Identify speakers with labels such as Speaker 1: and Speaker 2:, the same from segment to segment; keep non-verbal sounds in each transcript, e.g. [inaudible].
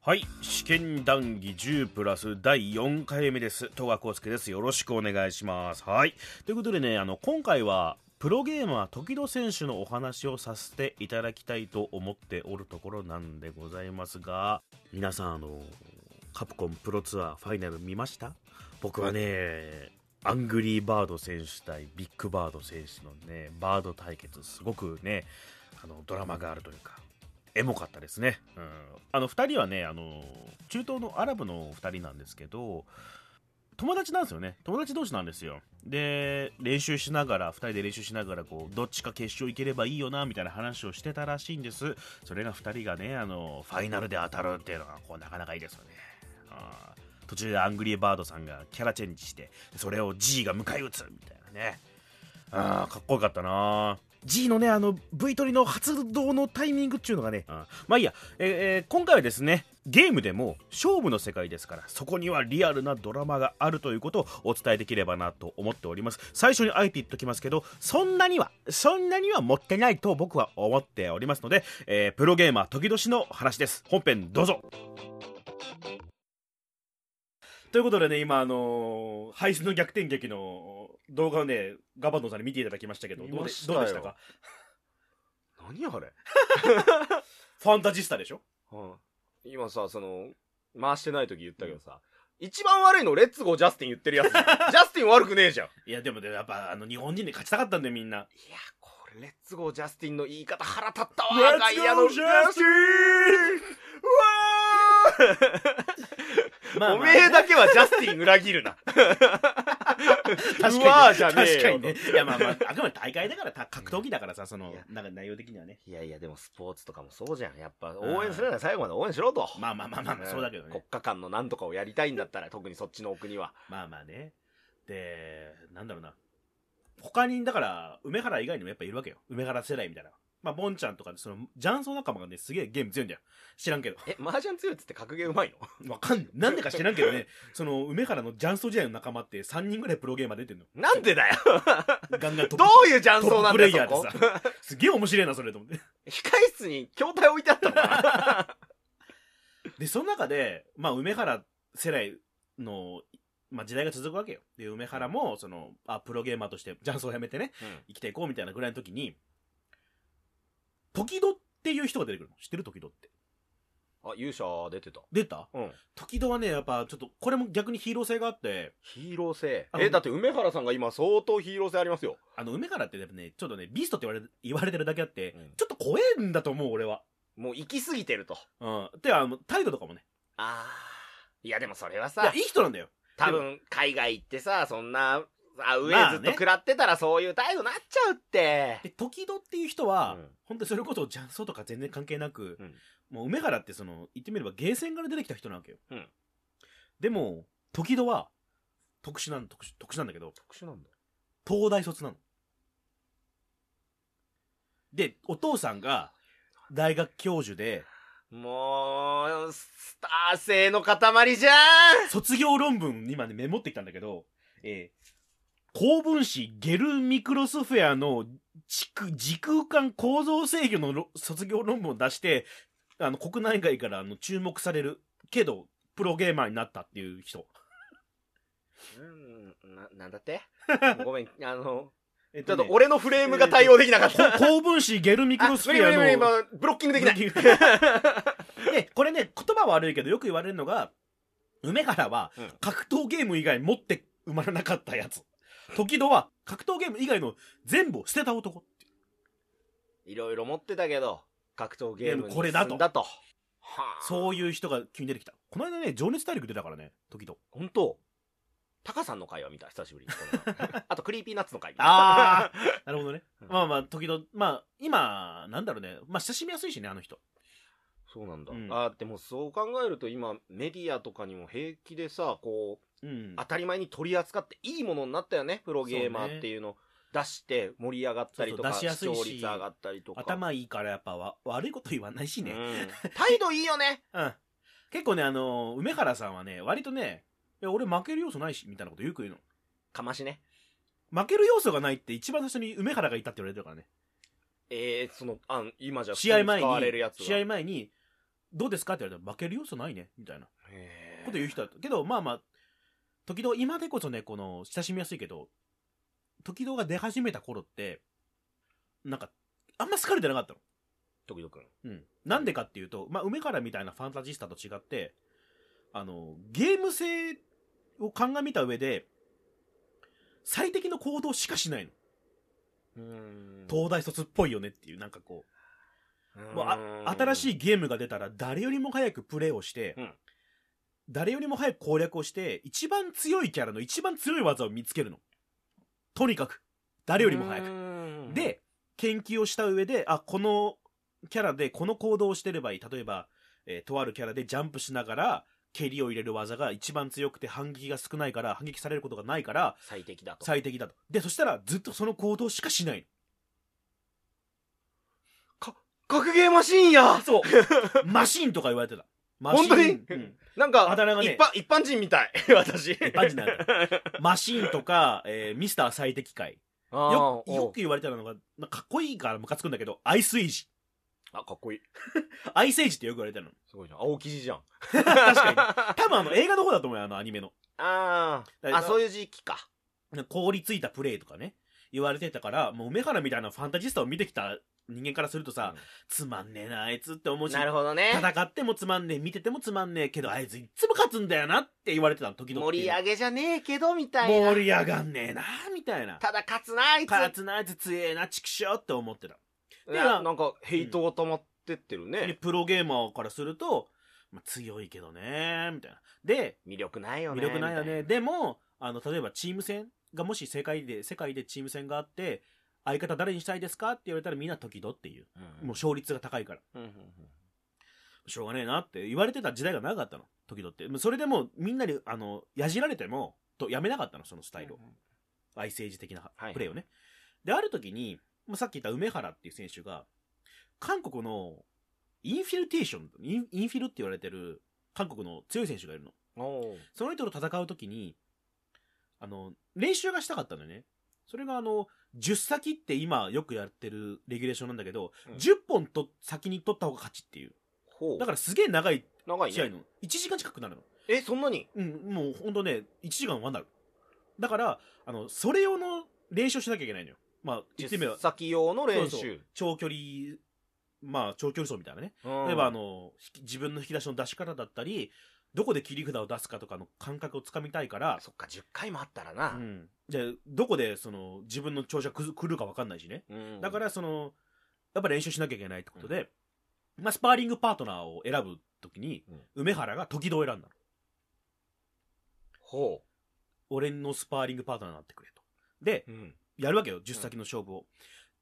Speaker 1: はい試験談義10プラス第4回目です戸川浩介ですよろしくお願いしますはいということでねあの今回はプロゲーマー時戸選手のお話をさせていただきたいと思っておるところなんでございますが皆さんあのカプコンプロツアーファイナル見ました僕はねアングリーバード選手対ビッグバード選手のねバード対決すごくねあのドラマがあるというかエモかったですね、うん、あの2人はねあの中東のアラブの2人なんですけど友達なんですよね友達同士なんですよで練習しながら2人で練習しながらこうどっちか決勝行ければいいよなみたいな話をしてたらしいんですそれが2人がねあのファイナルで当たるっていうのがこうなかなかいいですよねあー途中でアングリーバードさんがキャラチェンジしてそれを G が迎え撃つみたいなねあーかっこよかったな G のねあの V トリの発動のタイミングっていうのがね、あーまあいいや、えーえー今回はですねゲームでも勝負の世界ですからそこにはリアルなドラマがあるということをお伝えできればなと思っております最初にあえて言っときますけどそんなにはそんなには持ってないと僕は思っておりますので、えープロゲーマー時々の話です本編どうぞということでね、今、あのー、敗戦の逆転劇の動画をね、ガバドンさんに見ていただきましたけど、どう
Speaker 2: 見ま
Speaker 1: で
Speaker 2: したよ
Speaker 1: どうでしたか
Speaker 2: 何あれ、
Speaker 1: ファンタジスタでしょ
Speaker 2: 今さその回してない時言ったけどさ、一番悪いのレッツゴージャスティン言ってる
Speaker 1: [laughs]
Speaker 2: やつジャスティン悪くねえじゃんい
Speaker 1: いや、でも、でもやっぱ、あの、日本人で勝ちたかったんだよ、みんな。
Speaker 2: やこれレッツゴージャスティンの言い方腹立ったわ
Speaker 1: レッツゴージャスティン
Speaker 2: うわーおめえだけはジャスティン裏切るな
Speaker 1: [laughs] 確
Speaker 2: うわ
Speaker 1: か
Speaker 2: ー
Speaker 1: に
Speaker 2: じゃ
Speaker 1: ね、
Speaker 2: ねえ
Speaker 1: 確
Speaker 2: よ
Speaker 1: かにね。いや、まあまあ、あくまで大会だから、た格闘技だからさ、その
Speaker 2: いや、
Speaker 1: なんか内容的にはね。
Speaker 2: いやいやでもスポーツとかもそうじゃんやっぱ応援するなら最後まで応援しろと
Speaker 1: まあまあまあまあまあ、そうだけど
Speaker 2: 国
Speaker 1: ね。
Speaker 2: 家間のなんとかをやりたいんだったら特にそっちのお国は
Speaker 1: まあまあね。で、なんだろうな。他に、だから、梅原以外にもやっぱいるわけよ。梅原世代みたいな。まあ、ボンちゃんとか、その、ジャンソー仲間がね、すげえゲーム強いんだよ。知ら
Speaker 2: [laughs]
Speaker 1: んけど。
Speaker 2: え麻雀強いっつって格ゲーうまいの
Speaker 1: わかんない。なんでか知らんけどね、その、梅原のジャンソー時代の仲間って3人ぐらいプロゲーマー出てんの。
Speaker 2: なんでだよ
Speaker 1: ガンガントッ
Speaker 2: ど
Speaker 1: プ
Speaker 2: ういう雀荘なんだよ、そこ
Speaker 1: トッ。プすげえ面白いな、それと思って。
Speaker 2: 控室に筐体置いてあったのかな
Speaker 1: で、その中で、まあ、梅原世代の、まあ、時代が続くわけよ。で、梅原も、その、あ、プロゲーマーとして、ジャンソーをやめてね、生きてい [laughs] こうみたいなぐらいの時に、時戸っていう人が出てくるの。知ってる時戸って。
Speaker 2: あ、勇者出てた。
Speaker 1: 出た
Speaker 2: うん。
Speaker 1: 時戸はね、やっぱ、ちょっと、これも逆にヒーロー性があって、
Speaker 2: ヒーロー性
Speaker 1: あ。の
Speaker 2: え、だって梅原さんが今相当ヒーロー性ありますよ。
Speaker 1: あの、梅原ってやっぱね、ちょっとね、ビーストって言われ言われてるだけあって、
Speaker 2: うん
Speaker 1: ちょっと怖えんだと思う、俺は。
Speaker 2: もう行き過ぎてると。
Speaker 1: うん。てか、あの態度とかもね。
Speaker 2: あー。いやでもそれはい
Speaker 1: や
Speaker 2: さ、
Speaker 1: いい人なんだよ。
Speaker 2: 多分海外行ってさ、そんな、あ、上
Speaker 1: まあね
Speaker 2: ずっと食らってたらそういう態度なっちゃうって。
Speaker 1: で、時戸っていう人は、
Speaker 2: うん
Speaker 1: 本当にそれこそジャンソーとか全然関係なく、
Speaker 2: うん
Speaker 1: もう梅原ってその、言ってみればゲーセンから出てきた人なわけよ。
Speaker 2: うん
Speaker 1: でも、時戸は、特殊なん特殊、特殊なんだけど、
Speaker 2: 特殊なんだ。
Speaker 1: 東大卒なの。で、お父さんが、大学教授で、
Speaker 2: もう、スター性の塊じゃ
Speaker 1: 卒業論文、今ね、メモってきたんだけど、えー、高分子ゲルミクロスフェアの地区、時空間構造制御のろ卒業論文を出して、あの、国内外からあの注目されるけど、プロゲーマーになったっていう人。
Speaker 2: んうん、な、なんだって
Speaker 1: [laughs]
Speaker 2: ごめん、あの、
Speaker 1: えっ
Speaker 2: ちょっと
Speaker 1: ね
Speaker 2: 俺のフレームが対応できなかっ
Speaker 1: こ
Speaker 2: た。
Speaker 1: 高分子ゲルミク
Speaker 2: あ
Speaker 1: ロスフ
Speaker 2: 無理
Speaker 1: ェ
Speaker 2: 無
Speaker 1: ア
Speaker 2: 理
Speaker 1: の
Speaker 2: 無理、今、ブロッキングできない。
Speaker 1: ブロッキンで、これね、言葉は悪いけど、よく言われるのが、梅原は
Speaker 2: うん
Speaker 1: 格闘ゲーム以外持って生まれなかったやつ。時戸は格闘ゲーム以外の全部を捨てた男。
Speaker 2: [laughs] いろいろ持ってたけど、格闘ゲーム
Speaker 1: で
Speaker 2: に
Speaker 1: もこれだと
Speaker 2: 進んだと。はあ。
Speaker 1: そういう人が急に出てきた。この間ね、情熱大陸出たからね、時々。
Speaker 2: 本当タカさんの回は見た、久しぶりに。
Speaker 1: [laughs]
Speaker 2: この前あと、クリーピーナッツの回見た。
Speaker 1: あ。 [laughs] なるほどね。
Speaker 2: うん
Speaker 1: まあまあ、時々、まあ、今、なんだろうね。まあ、親しみやすいしね、あの人。
Speaker 2: そうなんだ。
Speaker 1: うん
Speaker 2: あでもそう考えると今、メディアとかにも平気でさ、こう、
Speaker 1: うん。
Speaker 2: 当たり前に取り扱っていいものになったよね、プロゲーマーっていうの。出して盛り上がったりとか、
Speaker 1: そうそう出しやすいし
Speaker 2: 視聴率上がったりとか。
Speaker 1: 頭いいからやっぱわ悪いこと言わないし
Speaker 2: い
Speaker 1: ね。 [laughs]
Speaker 2: 態度いいよね。
Speaker 1: うん。結構ね、あの、梅原さんはね、割とね、いや、俺負ける要素ないし、みたいなことよく言う
Speaker 2: かましね。
Speaker 1: の。負ける要素がないって一番最初に梅原が言ったって言われてるからね。
Speaker 2: えー、その、あの今じゃ普通
Speaker 1: 試合前
Speaker 2: 使われる
Speaker 1: に
Speaker 2: や、つが
Speaker 1: 試合前に、どうですかって言われたら負ける要素ないねみたいな
Speaker 2: へー
Speaker 1: こと言う人だったけどまあまあ時々今でこそねこの親しみやすいけど時々が出始めた頃ってなんかあんま好かれてなかったの
Speaker 2: 時々くん。
Speaker 1: うん。なんでかっていうと、まあ、梅原みたいなファンタジスタと違って、あの、ゲーム性を鑑みた上で、最適の行動しかしないの。
Speaker 2: うん
Speaker 1: 東大卒っぽいよねっていう、なんかこう、もうあ新
Speaker 2: い。
Speaker 1: しいゲームが出たら誰よりも早くプレイをして、
Speaker 2: うん
Speaker 1: 誰よりも早く攻略をして、一番強いキャラの一番強い技を見つけるの。とにかく、誰よりも早く。
Speaker 2: く、
Speaker 1: で、研究をした上で、あ、このキャラでこの行動をしてればいい。例えば、えーとあるキャラでジャンプしながら、蹴りを入れる技が一番強くて反撃が少ないから、反撃されることがないから、
Speaker 2: 最適だと。
Speaker 1: 最適だと。で、そしたらずっとその行動しかしない
Speaker 2: 格ゲーマシーンや
Speaker 1: の。そう。 [laughs] マシンとか言われてた。マシン。
Speaker 2: 本当に
Speaker 1: うん
Speaker 2: なんか、
Speaker 1: あだ名がね
Speaker 2: 一般、一般人みたい。 [laughs] 私。一
Speaker 1: 般人なん
Speaker 2: [laughs]
Speaker 1: マシンとか、えーミスター最適解。よよく言われてたのが、なんかかっこいいからムカつくんだけど、アイスエイジ。
Speaker 2: あ、かっこいい。
Speaker 1: アイスエイジってよく言われてるの。 [laughs]
Speaker 2: すごいじゃん。青生地じゃん。
Speaker 1: 確かに。多分あの映画の方だと思うよ、あのアニメの。
Speaker 2: あ
Speaker 1: だから
Speaker 2: ーあ、そういう時期か。
Speaker 1: 凍りついたプレイとかね言われてたからもう梅原みたいなファンタジスタを見てきた人間からするとさ、
Speaker 2: うん
Speaker 1: つまんねえなあいつって思うし
Speaker 2: なるほどね。
Speaker 1: 戦ってもつまんねえ見ててもつまんねえけどあいついつも勝つんだよなって言われてたの時々
Speaker 2: 盛り上げじゃねえけど、みたいな。
Speaker 1: 盛り上がんねえなみたいな
Speaker 2: ただ勝つな、あいつ。
Speaker 1: 勝つなあいつ強えなちくしょうって思ってた
Speaker 2: いや
Speaker 1: だ
Speaker 2: なんか、ヘイトが溜まってってる
Speaker 1: [laughs] で
Speaker 2: ね。
Speaker 1: プロゲーマーからすると、まあ、強いけどねみたいなで
Speaker 2: 魅力ないよね。
Speaker 1: 魅力ないよね
Speaker 2: み
Speaker 1: でもあの例えばチーム戦がもし世界で世界でチーム戦があって相方誰にしたいですかって言われたらみんな時々っていう
Speaker 2: たいな。
Speaker 1: もう勝率が高いから
Speaker 2: うん、うん
Speaker 1: しょうがねえなって言われてた時代が長かったの時々ってもうそれでもうみんなにあのやじられてもとやめなかったのそのスタイルを愛政治的な
Speaker 2: はい
Speaker 1: プレーをねである時にまあさっき言った梅原っていう選手が韓国のインフィルテーションインインフィルって言われてる韓国の強い選手がいるの
Speaker 2: うん。おー
Speaker 1: その人と戦うときに、あの、練習がしたかったのよね。それがあの、10先って今よくやってるレギュレーションなんだけど、
Speaker 2: うん
Speaker 1: 10本と先に取った方が勝ちっていう。
Speaker 2: ほう。
Speaker 1: だからすげえ長い
Speaker 2: 長い
Speaker 1: 試合
Speaker 2: ね。
Speaker 1: の。1時間近くなるの。
Speaker 2: え、そんなに
Speaker 1: うん、もうほんとね、1時間はなる。だから、あの、それ用の練習をしなきゃいけないのよ。まあ、言ってみれば、
Speaker 2: 先用の練
Speaker 1: そうそ
Speaker 2: 習。
Speaker 1: 長距離、まあ、長距離走みたいなね。
Speaker 2: 例
Speaker 1: 例えばあ、の引き自分の引き出しの出し方だったりどこで切り札を出すかとかの感覚をつかみたいから、
Speaker 2: そっか、10回もあったらな。
Speaker 1: うん、じゃあどこでその自分の調子がくず来るか分かんないしね
Speaker 2: うん
Speaker 1: だからそのやっぱ練習しなきゃいけないってことで、まあ、スパーリングパートナーを選ぶ時に、
Speaker 2: うん
Speaker 1: 梅原が時々選んだの
Speaker 2: ほ
Speaker 1: 俺のスパーリングパートナーになってくれとで
Speaker 2: う。うん。
Speaker 1: やるわけよ10先の勝負を、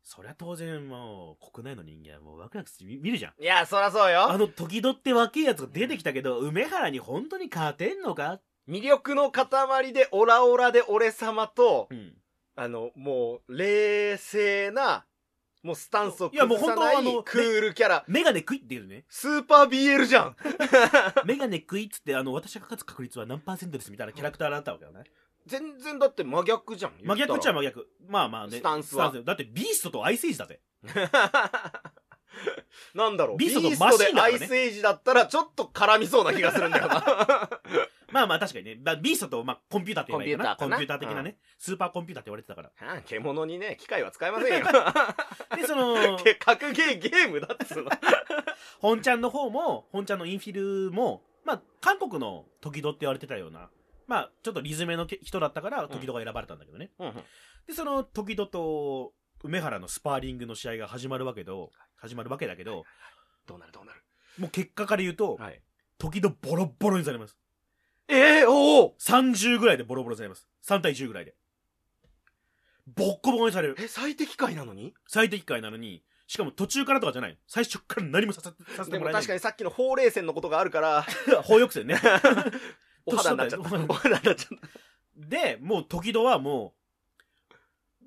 Speaker 1: そりゃ当然もう国内の人間はもうワクワクして見見るじゃん
Speaker 2: いや、そらそう
Speaker 1: あ
Speaker 2: よ。
Speaker 1: の時々って若いやつが出てきたけど、梅原に本当に勝てんのか
Speaker 2: 魅力の塊でオラオラで俺様と、
Speaker 1: ん
Speaker 2: あの、もう、冷静な、もうスタンスを
Speaker 1: いやもう
Speaker 2: 崩さな
Speaker 1: 本当はあの
Speaker 2: いクールキャラ。。
Speaker 1: メガネ食いって言うのね [laughs]
Speaker 2: スーパー BL じゃん。
Speaker 1: メガネ食いっつって、あの、私が勝つ確率は何パーセントですみたいなキャラクターだったわけよね。
Speaker 2: 全然だって真逆じゃん。
Speaker 1: 真逆っちゃ [laughs]
Speaker 2: ん。
Speaker 1: 真逆。まあまあね。
Speaker 2: スタンスは
Speaker 1: よだってビーストとアイスエイジだぜ。
Speaker 2: なんだろう。
Speaker 1: ビ
Speaker 2: ビ
Speaker 1: ー
Speaker 2: ー
Speaker 1: スト
Speaker 2: スト
Speaker 1: のマシンだ
Speaker 2: で
Speaker 1: から
Speaker 2: ア
Speaker 1: ね
Speaker 2: イスエイジだったらちょっと絡みそうな気がするんだ
Speaker 1: [laughs]
Speaker 2: よな。
Speaker 1: まあまあ確かにね。だビーストと、まあ、コンピューターって言えばいいかな。コ
Speaker 2: コ
Speaker 1: ンピ
Speaker 2: ンピ
Speaker 1: ュ
Speaker 2: ュ
Speaker 1: ー
Speaker 2: ー
Speaker 1: ター
Speaker 2: ターかな
Speaker 1: 的なね。スーパーコンピューターって言われてたか
Speaker 2: あ獣にね、機械は使いませんよ。
Speaker 1: [laughs] ら。で、その、
Speaker 2: [laughs] 格ゲーゲームだっつうの。
Speaker 1: 本ちゃんの方も、本ちゃんのインフィルも、まあ、韓国の時々って言われてたような、まあ、ちょっとリズメの人だったから、時々が選ばれたんだけどね。で、その時々と、梅原のスパーリングの試合が始まるわけど、始まるわけだけど、
Speaker 2: どうなるどうなる。
Speaker 1: もう結果から言うと、
Speaker 2: はい。
Speaker 1: 時々ボロボロにされます。
Speaker 2: ええおお
Speaker 1: 30ぐらいでボロボロにされます。3対10ぐらいで。ボッコボコにされる。
Speaker 2: え、最適解なのに
Speaker 1: 最適解なのに、しかも途中からとかじゃない。最初から何もさせさせて
Speaker 2: で
Speaker 1: も
Speaker 2: も
Speaker 1: らえない。
Speaker 2: 確かにさっきのほうれい線のことがあ
Speaker 1: [laughs]
Speaker 2: るから、
Speaker 1: に。法抑制ね。
Speaker 2: お肌になっちゃっ
Speaker 1: 年取っ
Speaker 2: た。
Speaker 1: たよ
Speaker 2: お肌になっちゃった。
Speaker 1: で、もう時々はもう、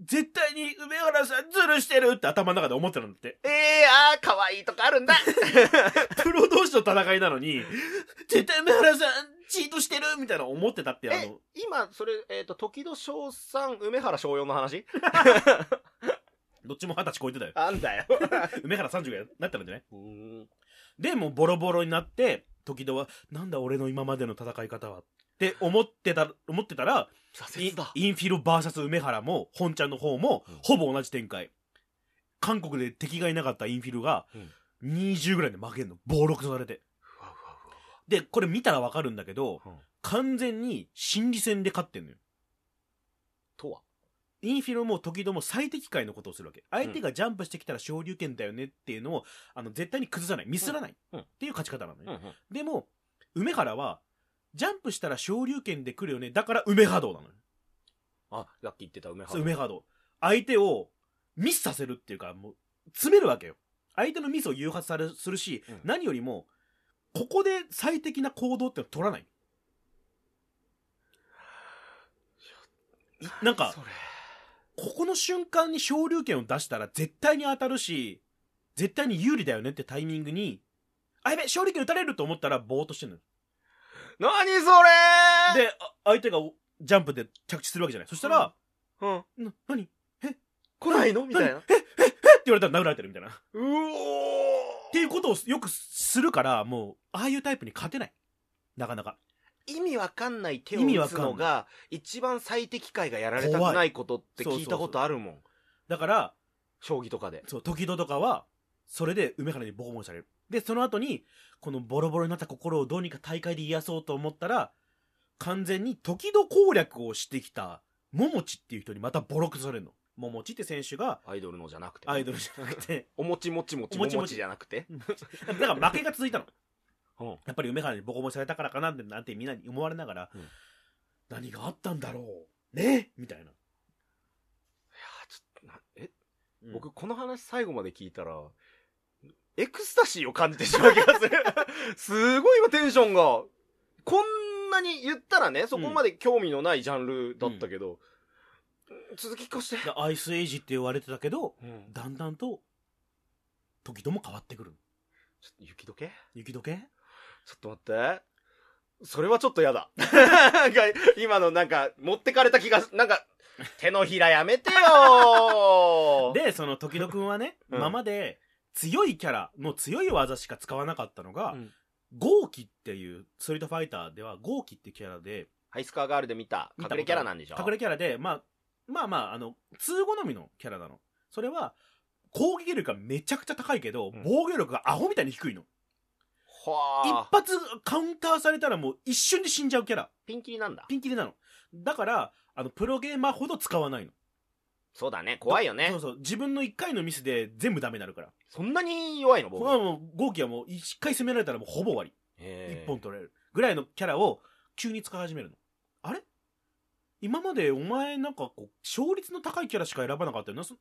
Speaker 1: 絶対に梅原さんズルしてるって頭の中で思ってるんだって。
Speaker 2: ええあー、可愛いとかあるんだ。 [laughs]
Speaker 1: プロ同士の戦いなのに、絶対梅原さんチートしてるみたいな思ってたって、あ
Speaker 2: え
Speaker 1: の、、
Speaker 2: 今、それ、えっ、と、時戸翔さん、梅原翔陽の話
Speaker 1: どっちも二十歳超えてたよ。
Speaker 2: [laughs] あんだよ。
Speaker 1: 梅原30がなってたんじゃないでもうボロボロになって時戸はなんだ俺の今までの戦い方はって思ってた思ってたら
Speaker 2: 挫
Speaker 1: イ
Speaker 2: 折だ。
Speaker 1: インフィル VS 梅原も本ちゃんの方も
Speaker 2: うん
Speaker 1: ほぼ同じ展開、韓国で敵がいなかったインフィルが20ぐらいで負けんのボロクソされて
Speaker 2: ふわふわふわ
Speaker 1: でこれ見たらわかるんだけど、
Speaker 2: うん
Speaker 1: 完全に心理戦で勝ってんのよ
Speaker 2: とは。
Speaker 1: インフィルも時々も最適解のことをするわけ相手がジャンプしてきたら昇竜拳だよねっていうのをあの絶対に崩さないミスらない
Speaker 2: うん
Speaker 1: っていう勝ち方なのね、
Speaker 2: うんうん。
Speaker 1: でも梅原はジャンプしたら昇竜拳で来るよねだから梅波動なのよ
Speaker 2: あ、ラッキー言ってた梅
Speaker 1: そう
Speaker 2: 原。
Speaker 1: 梅ハード相手をミスさせるっていうかもう詰めるわけよ相手のミスを誘発されするし、
Speaker 2: うん
Speaker 1: 何よりもここで最適な行動ってのは取らないなんか
Speaker 2: それ。
Speaker 1: ここの瞬間に昇竜拳を出したら絶対に当たるし絶対に有利だよねってタイミングにあやべ昇竜拳打たれると思ったらぼーっとしてるのよ
Speaker 2: 何それ
Speaker 1: であ相手がおジャンプで着地するわけじゃないそしたら
Speaker 2: うん。
Speaker 1: 「な何?」って
Speaker 2: 来ないのみたいな。
Speaker 1: 言われたら殴られてるみたいなっ
Speaker 2: うおー
Speaker 1: ていうことをよくするからもうああいうタイプに勝てないなかなか
Speaker 2: 意味わかんない手を
Speaker 1: 意味
Speaker 2: 打
Speaker 1: わ
Speaker 2: つ
Speaker 1: かんない
Speaker 2: のが一番最適解がやられたくないことって聞いたことあるもん
Speaker 1: だから
Speaker 2: 将棋とかで
Speaker 1: そう、時戸とかは、それで梅原にボコボコにされる。で、その後に、このボロボロになった心をどうにか大会で癒そうと思ったら、完全に時戸攻略をしてきた、桃地っていう人にまたボロクソされるの。桃地って選手が、
Speaker 2: アイドルのじゃなくて
Speaker 1: アイドルじゃなくて、 [laughs]
Speaker 2: おもちもちもち
Speaker 1: おも
Speaker 2: も
Speaker 1: ちもち
Speaker 2: ちじゃなくて
Speaker 1: だから負けが続いたの。
Speaker 2: うん
Speaker 1: やっぱり梅原にボコボコにされたからかなって、なんてみんなに思われながら、
Speaker 2: うん
Speaker 1: 何があったんだろう。ねみたいな。
Speaker 2: いやーちょっとなえ、僕この話最後まで聞いたらエクスタシーを感じてしまう気がす [laughs] るすごい今テンションがこんなに言ったらねそこまで興味のないジャンルだったけど、続き聞かせて
Speaker 1: で、アイスエイジって言われてたけど、
Speaker 2: うん
Speaker 1: だんだんと、時戸も変わってくる。
Speaker 2: ちょっと雪解け
Speaker 1: 雪解け
Speaker 2: ちょっと待って。それはちょっとやだ。 [laughs] なんか、今のなんか、持ってかれた気がす、なんか、手のひらやめてよー
Speaker 1: でその時戸くんはね、
Speaker 2: うん
Speaker 1: 今まで強いキャラの強い技しか使わなかったのが、
Speaker 2: うん
Speaker 1: ゴーキっていうストリートファイターではゴーキってキャラで
Speaker 2: ハイスカーガールで見た、
Speaker 1: 見たことある
Speaker 2: 隠れキャラなんでしょ
Speaker 1: 隠れキャラで、まあ、まあまああの通好みのキャラなのそれは攻撃力がめちゃくちゃ高いけど、
Speaker 2: うん
Speaker 1: 防御力がアホみたいに低いの一
Speaker 2: はあ。
Speaker 1: 発カウンターされたらもう一瞬で死んじゃうキャラ
Speaker 2: ピンキリなんだ。
Speaker 1: ピンキリなのだからあのプロゲーマーほど使わないの
Speaker 2: そうだね、怖いよね
Speaker 1: そう。そう自分の1回のミスで全部ダメになるから
Speaker 2: そんなに弱いの、
Speaker 1: これ
Speaker 2: 僕。
Speaker 1: はもうゴーキはもう1回攻められたらもうほぼ終わり
Speaker 2: え
Speaker 1: 一
Speaker 2: ー [laughs]
Speaker 1: 本取れるぐらいのキャラを急に使い始めるのあれ今までお前なんかこう勝率の高いキャラしか選ばなかったよなそ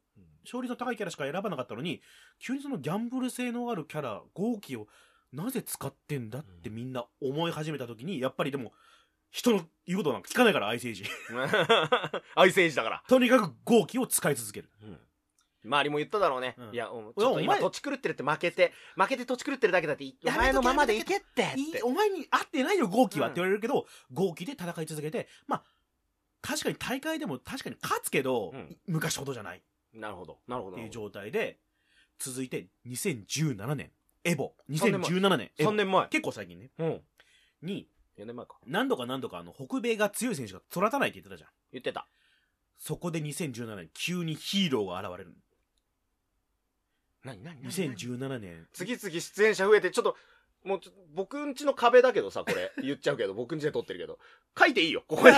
Speaker 1: 勝率の高いキャラしか選ばなかったのに急にそのギャンブル性のあるキャラ豪気をなぜ使ってんだってみんな思い始めた時にやっぱりでも人の言うことなんか聞かないからアイセージ [laughs]
Speaker 2: アイスエイジだから。
Speaker 1: とにかく豪気を使い続ける
Speaker 2: 周りも言っただろうね。
Speaker 1: うん
Speaker 2: いや、おちょっと
Speaker 1: お
Speaker 2: 今、
Speaker 1: 前
Speaker 2: 土地狂ってるって負けて、負けて土地狂ってるだけだって、お
Speaker 1: やめとけ
Speaker 2: 前のままでいけってって。
Speaker 1: いいお前に合ってないよ豪気は、
Speaker 2: うん
Speaker 1: って言われるけど豪気で戦い続けてまあ確かに大会でも確かに勝つけど、
Speaker 2: うん
Speaker 1: 昔ほどじゃない
Speaker 2: なるほど。なるほ
Speaker 1: っ
Speaker 2: ど
Speaker 1: て
Speaker 2: な
Speaker 1: いう
Speaker 2: るほ
Speaker 1: 状態で続いて2017年エボ
Speaker 2: 三年前
Speaker 1: 2017年エ
Speaker 2: ど。
Speaker 1: ボ
Speaker 2: 3年前。
Speaker 1: 結構最近ね
Speaker 2: うん。
Speaker 1: に
Speaker 2: 4年前か。
Speaker 1: 何度か何度かあの北米が強い選手が育たないって言ってたじゃん
Speaker 2: 言ってた。
Speaker 1: そこで2017年急にヒーローが現れる
Speaker 2: 何何
Speaker 1: 2017年
Speaker 2: 次々出演者増えて、ちょっと、もうちょ、僕んちの壁だけどさ、こ [laughs] れ。言っちゃうけど、僕んちで撮ってるけど。書いていいよ、こ [laughs] こに。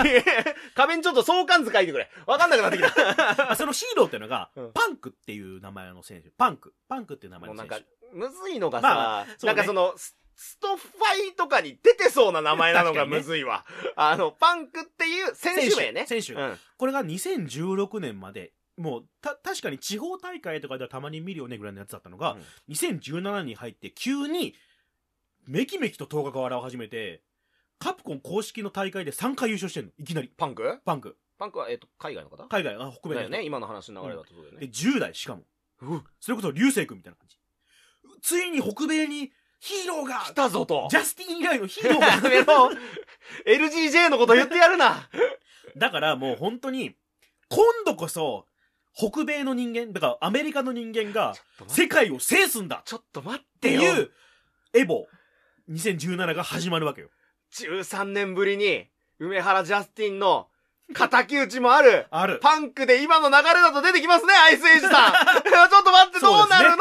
Speaker 2: 壁にちょっと相関図書いてくれ。わかんなくなってきた。
Speaker 1: あそのヒーローっていうのが、
Speaker 2: うん
Speaker 1: パンクっていう名前の選手パンクパンクっていう名前
Speaker 2: もう
Speaker 1: の
Speaker 2: なん
Speaker 1: 選
Speaker 2: か
Speaker 1: 手、
Speaker 2: むずいのがさ、
Speaker 1: まあそうね
Speaker 2: なんかその、スストファイとかに出てそうな名前なのが
Speaker 1: 確かにね
Speaker 2: むずいわ。あの、パンクっていう選手名ね。
Speaker 1: 選手
Speaker 2: うん。
Speaker 1: これが2016年までもうた確かに地方大会とかではたまに見るよねぐらいのやつだったのが、
Speaker 2: うん
Speaker 1: 2017年に入って急にめきめきと頭角を現し始めてカプコン公式の大会で3回優勝してんのいきなり
Speaker 2: パンク
Speaker 1: パンク
Speaker 2: パンクは、えっと、海外の方
Speaker 1: 海外あ北米
Speaker 2: だ
Speaker 1: だ
Speaker 2: よね。今の話の流れだとそうだよ
Speaker 1: で
Speaker 2: ね。
Speaker 1: 10代しかも
Speaker 2: うっ
Speaker 1: それこそ流星君みたいな感じついに北米にヒーローが
Speaker 2: 来たぞと。
Speaker 1: ジャスティン以外のヒーロー
Speaker 2: [laughs] や
Speaker 1: が
Speaker 2: めろ !LGJ のこと言ってやる
Speaker 1: [laughs]
Speaker 2: な
Speaker 1: だからもう本当に今度こそ北米の人間だからアメリカの人間が世界を制すんだ
Speaker 2: ちょっと待っ
Speaker 1: って
Speaker 2: てよ
Speaker 1: いう
Speaker 2: エボ。
Speaker 1: 2017が始まるわけよ。
Speaker 2: 13年ぶりに、梅原ジャスティンの、敵討ちもある。
Speaker 1: ある。
Speaker 2: パンクで今の流れだと出てきますね、アイスエイ
Speaker 1: [laughs]
Speaker 2: ジさん。ちょっと待って、どうなるの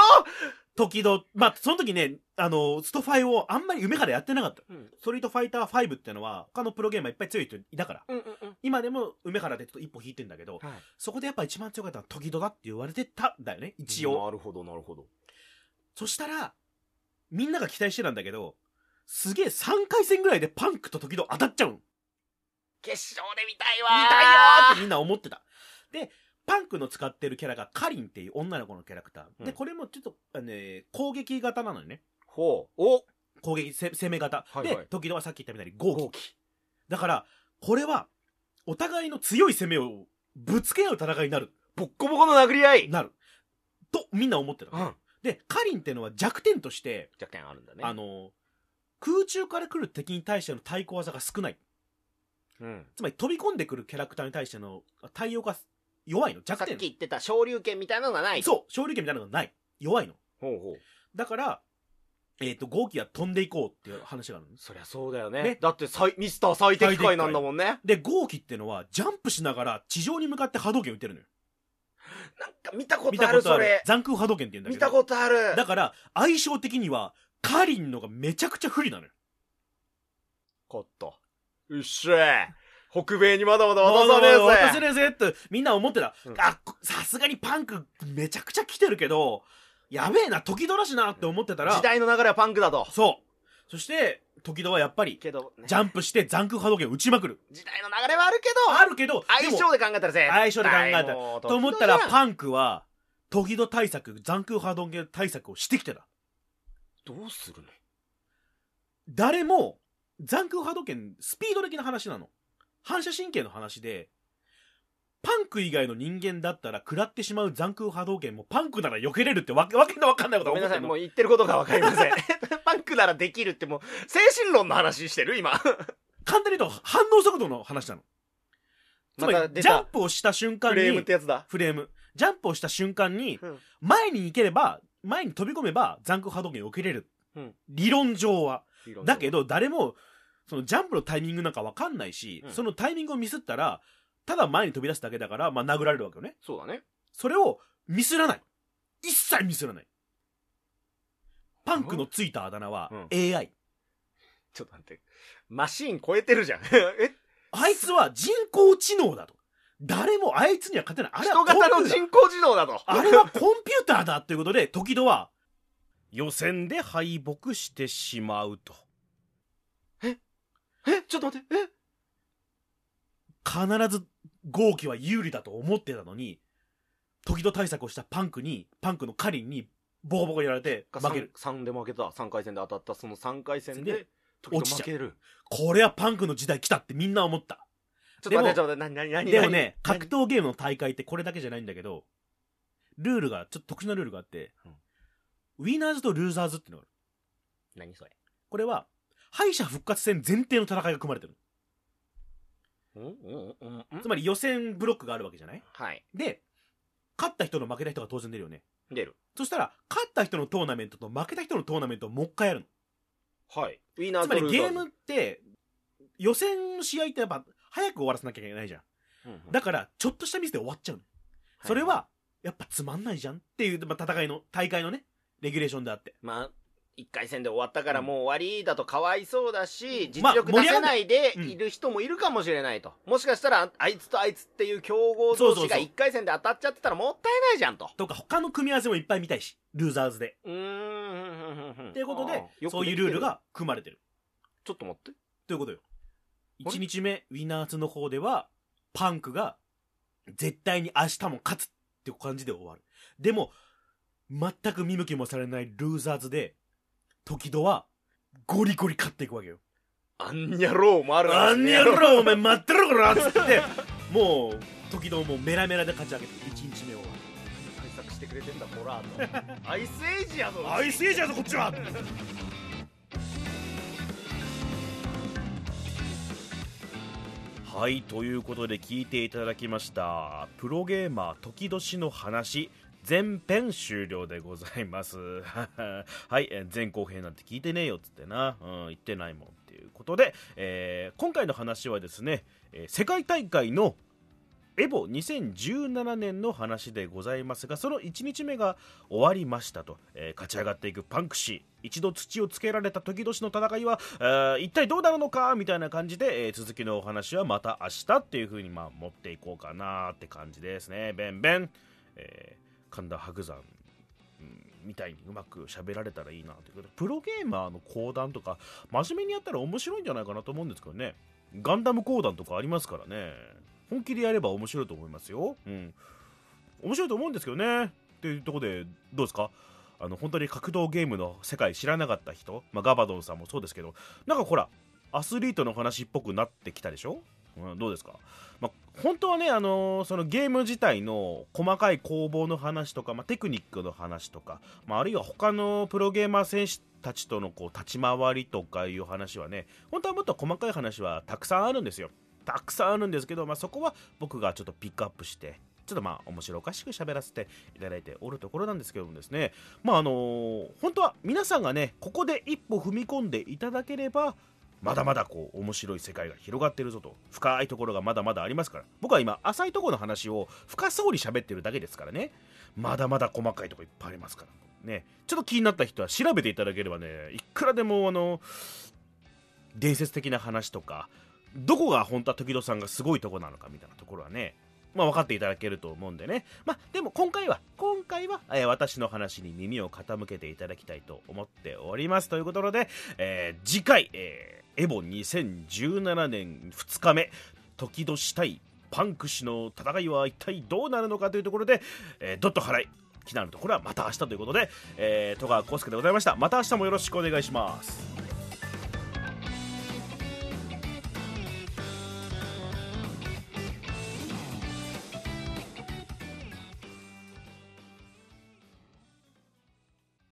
Speaker 1: 時々、まあ、その時ね、あの、ストファイをあんまり夢からやってなかった。
Speaker 2: うん
Speaker 1: ストリートファイター5ってのは、他のプロゲーマーいっぱい強い人いたから。
Speaker 2: うんうん
Speaker 1: 今でも梅原でちょっと一歩引いてんだけど、
Speaker 2: はい
Speaker 1: そこでやっぱ一番強かったのは時々だって言われてたんだよね、一応。
Speaker 2: なるほど、なるほど。
Speaker 1: そしたら、みんなが期待してたんだけど、すげえ3回戦ぐらいでパンクと時々当たっちゃうん。
Speaker 2: 決勝で見たいわ
Speaker 1: 見
Speaker 2: ー
Speaker 1: たいよーってみんな思ってた。で、パンクの使ってるキャラがカリンっていう女の子のキャラクター。
Speaker 2: う
Speaker 1: で、
Speaker 2: ん
Speaker 1: これもちょっと、あのね、攻撃型なのよね。
Speaker 2: ほう。お
Speaker 1: 攻撃、せ攻め型。
Speaker 2: はいは
Speaker 1: で、
Speaker 2: い
Speaker 1: 時々はさっき言ったみたいに豪
Speaker 2: 豪
Speaker 1: 気。だから、これは、お互いの強い攻めをぶつけ合う戦いになる。
Speaker 2: ボッコボコの殴り合い
Speaker 1: なる。と、みんな思ってた。
Speaker 2: ん。
Speaker 1: で、カリンってのは弱点として、
Speaker 2: 弱点あるんだね。
Speaker 1: あの、空中から来る敵に対しての対抗技が少ない。
Speaker 2: うん。
Speaker 1: つまり飛び込んでくるキャラクターに対しての対応が弱いの。弱
Speaker 2: さっ
Speaker 1: 点
Speaker 2: き。言ってた昇竜拳みたいなのがない。
Speaker 1: そう、勝利権みたいなのがない。弱いの。
Speaker 2: ほうほう。
Speaker 1: だから、えっ、と、豪気は飛んでいこうっていう話があるんです。
Speaker 2: そりゃそうだよね。
Speaker 1: ね
Speaker 2: だって最、ミスター最適解なんだもんね。
Speaker 1: で、豪気ってのは、ジャンプしながら地上に向かって波動拳打てるのよ。
Speaker 2: なんか見たこ
Speaker 1: 見
Speaker 2: と
Speaker 1: た
Speaker 2: あ
Speaker 1: こ
Speaker 2: る、
Speaker 1: とあ
Speaker 2: そ
Speaker 1: る
Speaker 2: れ。。
Speaker 1: 残空波動拳って言うんだけ
Speaker 2: 見
Speaker 1: ど。
Speaker 2: たことある。
Speaker 1: [laughs] だから、相性的には、カリンのがめちゃくちゃ不利なのよ。
Speaker 2: こっと。うっしゃー北米にまだまだ [laughs] 渡さねえぜ。
Speaker 1: 渡せねえぜってみんな思ってた、
Speaker 2: うん
Speaker 1: あこさすがにパンクめちゃくちゃ来てるけどやべえな時戸らしなって思ってたら
Speaker 2: 時代の流れはパンクだと。
Speaker 1: そうそして時戸はやっぱり
Speaker 2: けど、ね
Speaker 1: ジャンプして残空波動拳を打ちまくる
Speaker 2: 時代の流れはあるけど、
Speaker 1: あるけど
Speaker 2: 相
Speaker 1: でも
Speaker 2: 性で考えたらぜ。
Speaker 1: 相性で考えたら
Speaker 2: ら
Speaker 1: と思ったらパンクは時戸対策残空波動拳対策をしてきてた
Speaker 2: どうするの
Speaker 1: 誰も残空波動拳スピード的な話なの反射神経の話でパンク以外の人間だったら食らってしまう残空波動拳もパンクなら避けれるってわけわけのわかんないこと
Speaker 2: ご
Speaker 1: が
Speaker 2: め
Speaker 1: 起こって
Speaker 2: んなさい、
Speaker 1: る
Speaker 2: も
Speaker 1: の
Speaker 2: う言ってることがわかりません。 [laughs] パンクならできるってもう、精神論の話して
Speaker 1: [laughs]
Speaker 2: る今。
Speaker 1: 簡単に言うと反応速度の話なのつま
Speaker 2: また
Speaker 1: り
Speaker 2: 出
Speaker 1: ジャ
Speaker 2: た
Speaker 1: ン、プをした瞬間
Speaker 2: フ
Speaker 1: に
Speaker 2: レームってやつだ。
Speaker 1: フレームジャンプをした瞬間に
Speaker 2: うん
Speaker 1: 前に行ければ前に飛び込めば残空波動拳避けれる、
Speaker 2: うん
Speaker 1: 理論上はだけ
Speaker 2: ど、
Speaker 1: ど誰もそのジャンプのタイミングなんか分かんないし、
Speaker 2: うん
Speaker 1: そのタイミングをミスったらただ前に飛び出すだけだから、まあ、殴られるわけよね
Speaker 2: そうだね。
Speaker 1: それをミスらない一切ミスらないパンクのついたあだ名は
Speaker 2: うん
Speaker 1: AI、
Speaker 2: ちょっと待って。マシーン超えてるじゃん。 [laughs] え
Speaker 1: あいつは人工知能だと誰もあいつには勝てないあれは
Speaker 2: 人型
Speaker 1: コンピュー
Speaker 2: の
Speaker 1: ター
Speaker 2: 人工知能だと。
Speaker 1: あれはコンピューターだということで時戸は予選で敗北してしまうと
Speaker 2: [laughs] えちょっと待って。え
Speaker 1: 必ず豪気は有利だと思ってたのに時々対策をしたパンクにパンクのカリンにボコボコやられて負ける
Speaker 2: 3で負けた。3回戦で当たった。その3回戦
Speaker 1: で
Speaker 2: で、
Speaker 1: 落ちちゃう
Speaker 2: 負ける。
Speaker 1: これはパンクの時代来たってみんな思った
Speaker 2: ちょっと待って、ち
Speaker 1: で
Speaker 2: ょっと待って、何、何、何
Speaker 1: でもね
Speaker 2: 何
Speaker 1: 格闘ゲームの大会ってこれだけじゃないんだけどルールがちょっと特殊なルールがあって、
Speaker 2: うん
Speaker 1: ウィナーズとルーザーズっていうのがある
Speaker 2: 何それ。
Speaker 1: これは敗者復活戦前提の戦いが組まれてる
Speaker 2: うんうんうんうん
Speaker 1: つまり予選ブロックがあるわけじゃない
Speaker 2: はい。
Speaker 1: で勝った人の負けた人が当然出るよね
Speaker 2: 出る。
Speaker 1: そしたら勝った人のトーナメントと負けた人のトーナメントをもう一回やるの
Speaker 2: はい。ウィナー
Speaker 1: つまりゲームって予選の試合ってやっぱ早く終わらせなきゃいけないじゃんだ
Speaker 2: だ
Speaker 1: からちょっとしたミスで終わっちゃうのそれはやっぱつまんないじゃんっていう、まあ、戦いの大会のねレギュレーションであって
Speaker 2: まあ、1回戦で終わったからもう終わりだとかわいそうだし、
Speaker 1: まあ
Speaker 2: 実力出せない
Speaker 1: 盛り
Speaker 2: で
Speaker 1: 上がんないうん
Speaker 2: いる人もいるかもしれないと。もしかしたら、あいつとあいつっていう競合同
Speaker 1: そうそう
Speaker 2: 士
Speaker 1: そ
Speaker 2: が
Speaker 1: う
Speaker 2: 1回戦で当たっちゃってたらもったいないじゃんと。
Speaker 1: とか他の組み合わせもいっぱい見たいしルーザーズで
Speaker 2: うーん。っ
Speaker 1: っていうことでそういうルール。が組まれてる
Speaker 2: ちょっと待って。
Speaker 1: ということよ
Speaker 2: あれ
Speaker 1: 1日目ウィナーズの方ではパンクが絶対に明日も勝つって感じで終わるでも全く見向きもされないルーザーズで時戸はゴリゴリ勝っていくわけよ
Speaker 2: あんにゃろうもある
Speaker 1: あんや
Speaker 2: う
Speaker 1: ろお前待ってろこらっつってもう時々もうメラメラで勝ち上げて1日目を
Speaker 2: 対策してくれてんだ、ホラーと。アイスエイジやぞ。
Speaker 1: アイスエイジャーぞこっちははいということで聞いていただきましたプロゲーマー時々の話全編終了でございます [laughs] はい、えー前後編なんて聞いてねえよっつってな、うん、言ってないもんっていうことで、えー今回の話はですね、えー世界大会のエボ2017年の話でございますがその1日目が終わりましたと、えー勝ち上がっていくパンク氏一度土をつけられた時々の戦いは、えー一体どうなるのかみたいな感じで、えー続きのお話はまた明日っていう風にまあ持っていこうかなって感じですねベンベン、えー神田伯山うんみたいにうまく喋られたらいいなということでプロゲーマーの講談とか真面目にやったら面白いんじゃないかなと思うんですけどねガンダム講談とかありますからね本気でやれば面白いと思いますようん面白いと思うんですけどねっていうところでどうですかあの本当に格闘ゲームの世界知らなかった人、まあ、ガバドンさんもそうですけどなんかほらアスリートの話っぽくなってきたでしょ、うん、どうですか、まあ、本当はね、あのーそのゲーム自体の細かい攻防の話とか、まあ、テクニックの話とか、まあ、あるいは他のプロゲーマー選手たちとのこう立ち回りとかいう話はね本当はもっと細かい話はたくさんあるんですよたくさんあるんですけど、まあ、そこは僕がちょっとピックアップしてちょっとまあ面白おかしく喋らせていただいておるところなんですけどもですねまああのー本当は皆さんがねここで一歩踏み込んでいただければまだまだこう面白い世界が広がってるぞと深いところがまだまだありますから僕は今浅いところの話を深そうに喋ってるだけですからねまだまだ細かいところいっぱいありますからねちょっと気になった人は調べていただければねいくらでもあの伝説的な話とかどこが本当は時戸さんがすごいとこなのかみたいなところはねまあ、分かっていただけると思うんでね。まあ、でも今回は、今回は、えー私の話に耳を傾けていただきたいと思っております。ということで、えー次回、えーエボ2017年2日目、時年対パンク氏の戦いは一体どうなるのかというところで、えー、ドット払い、気になるところはまた明日ということで、えー、戸川浩介でございました。また明日もよろしくお願いします。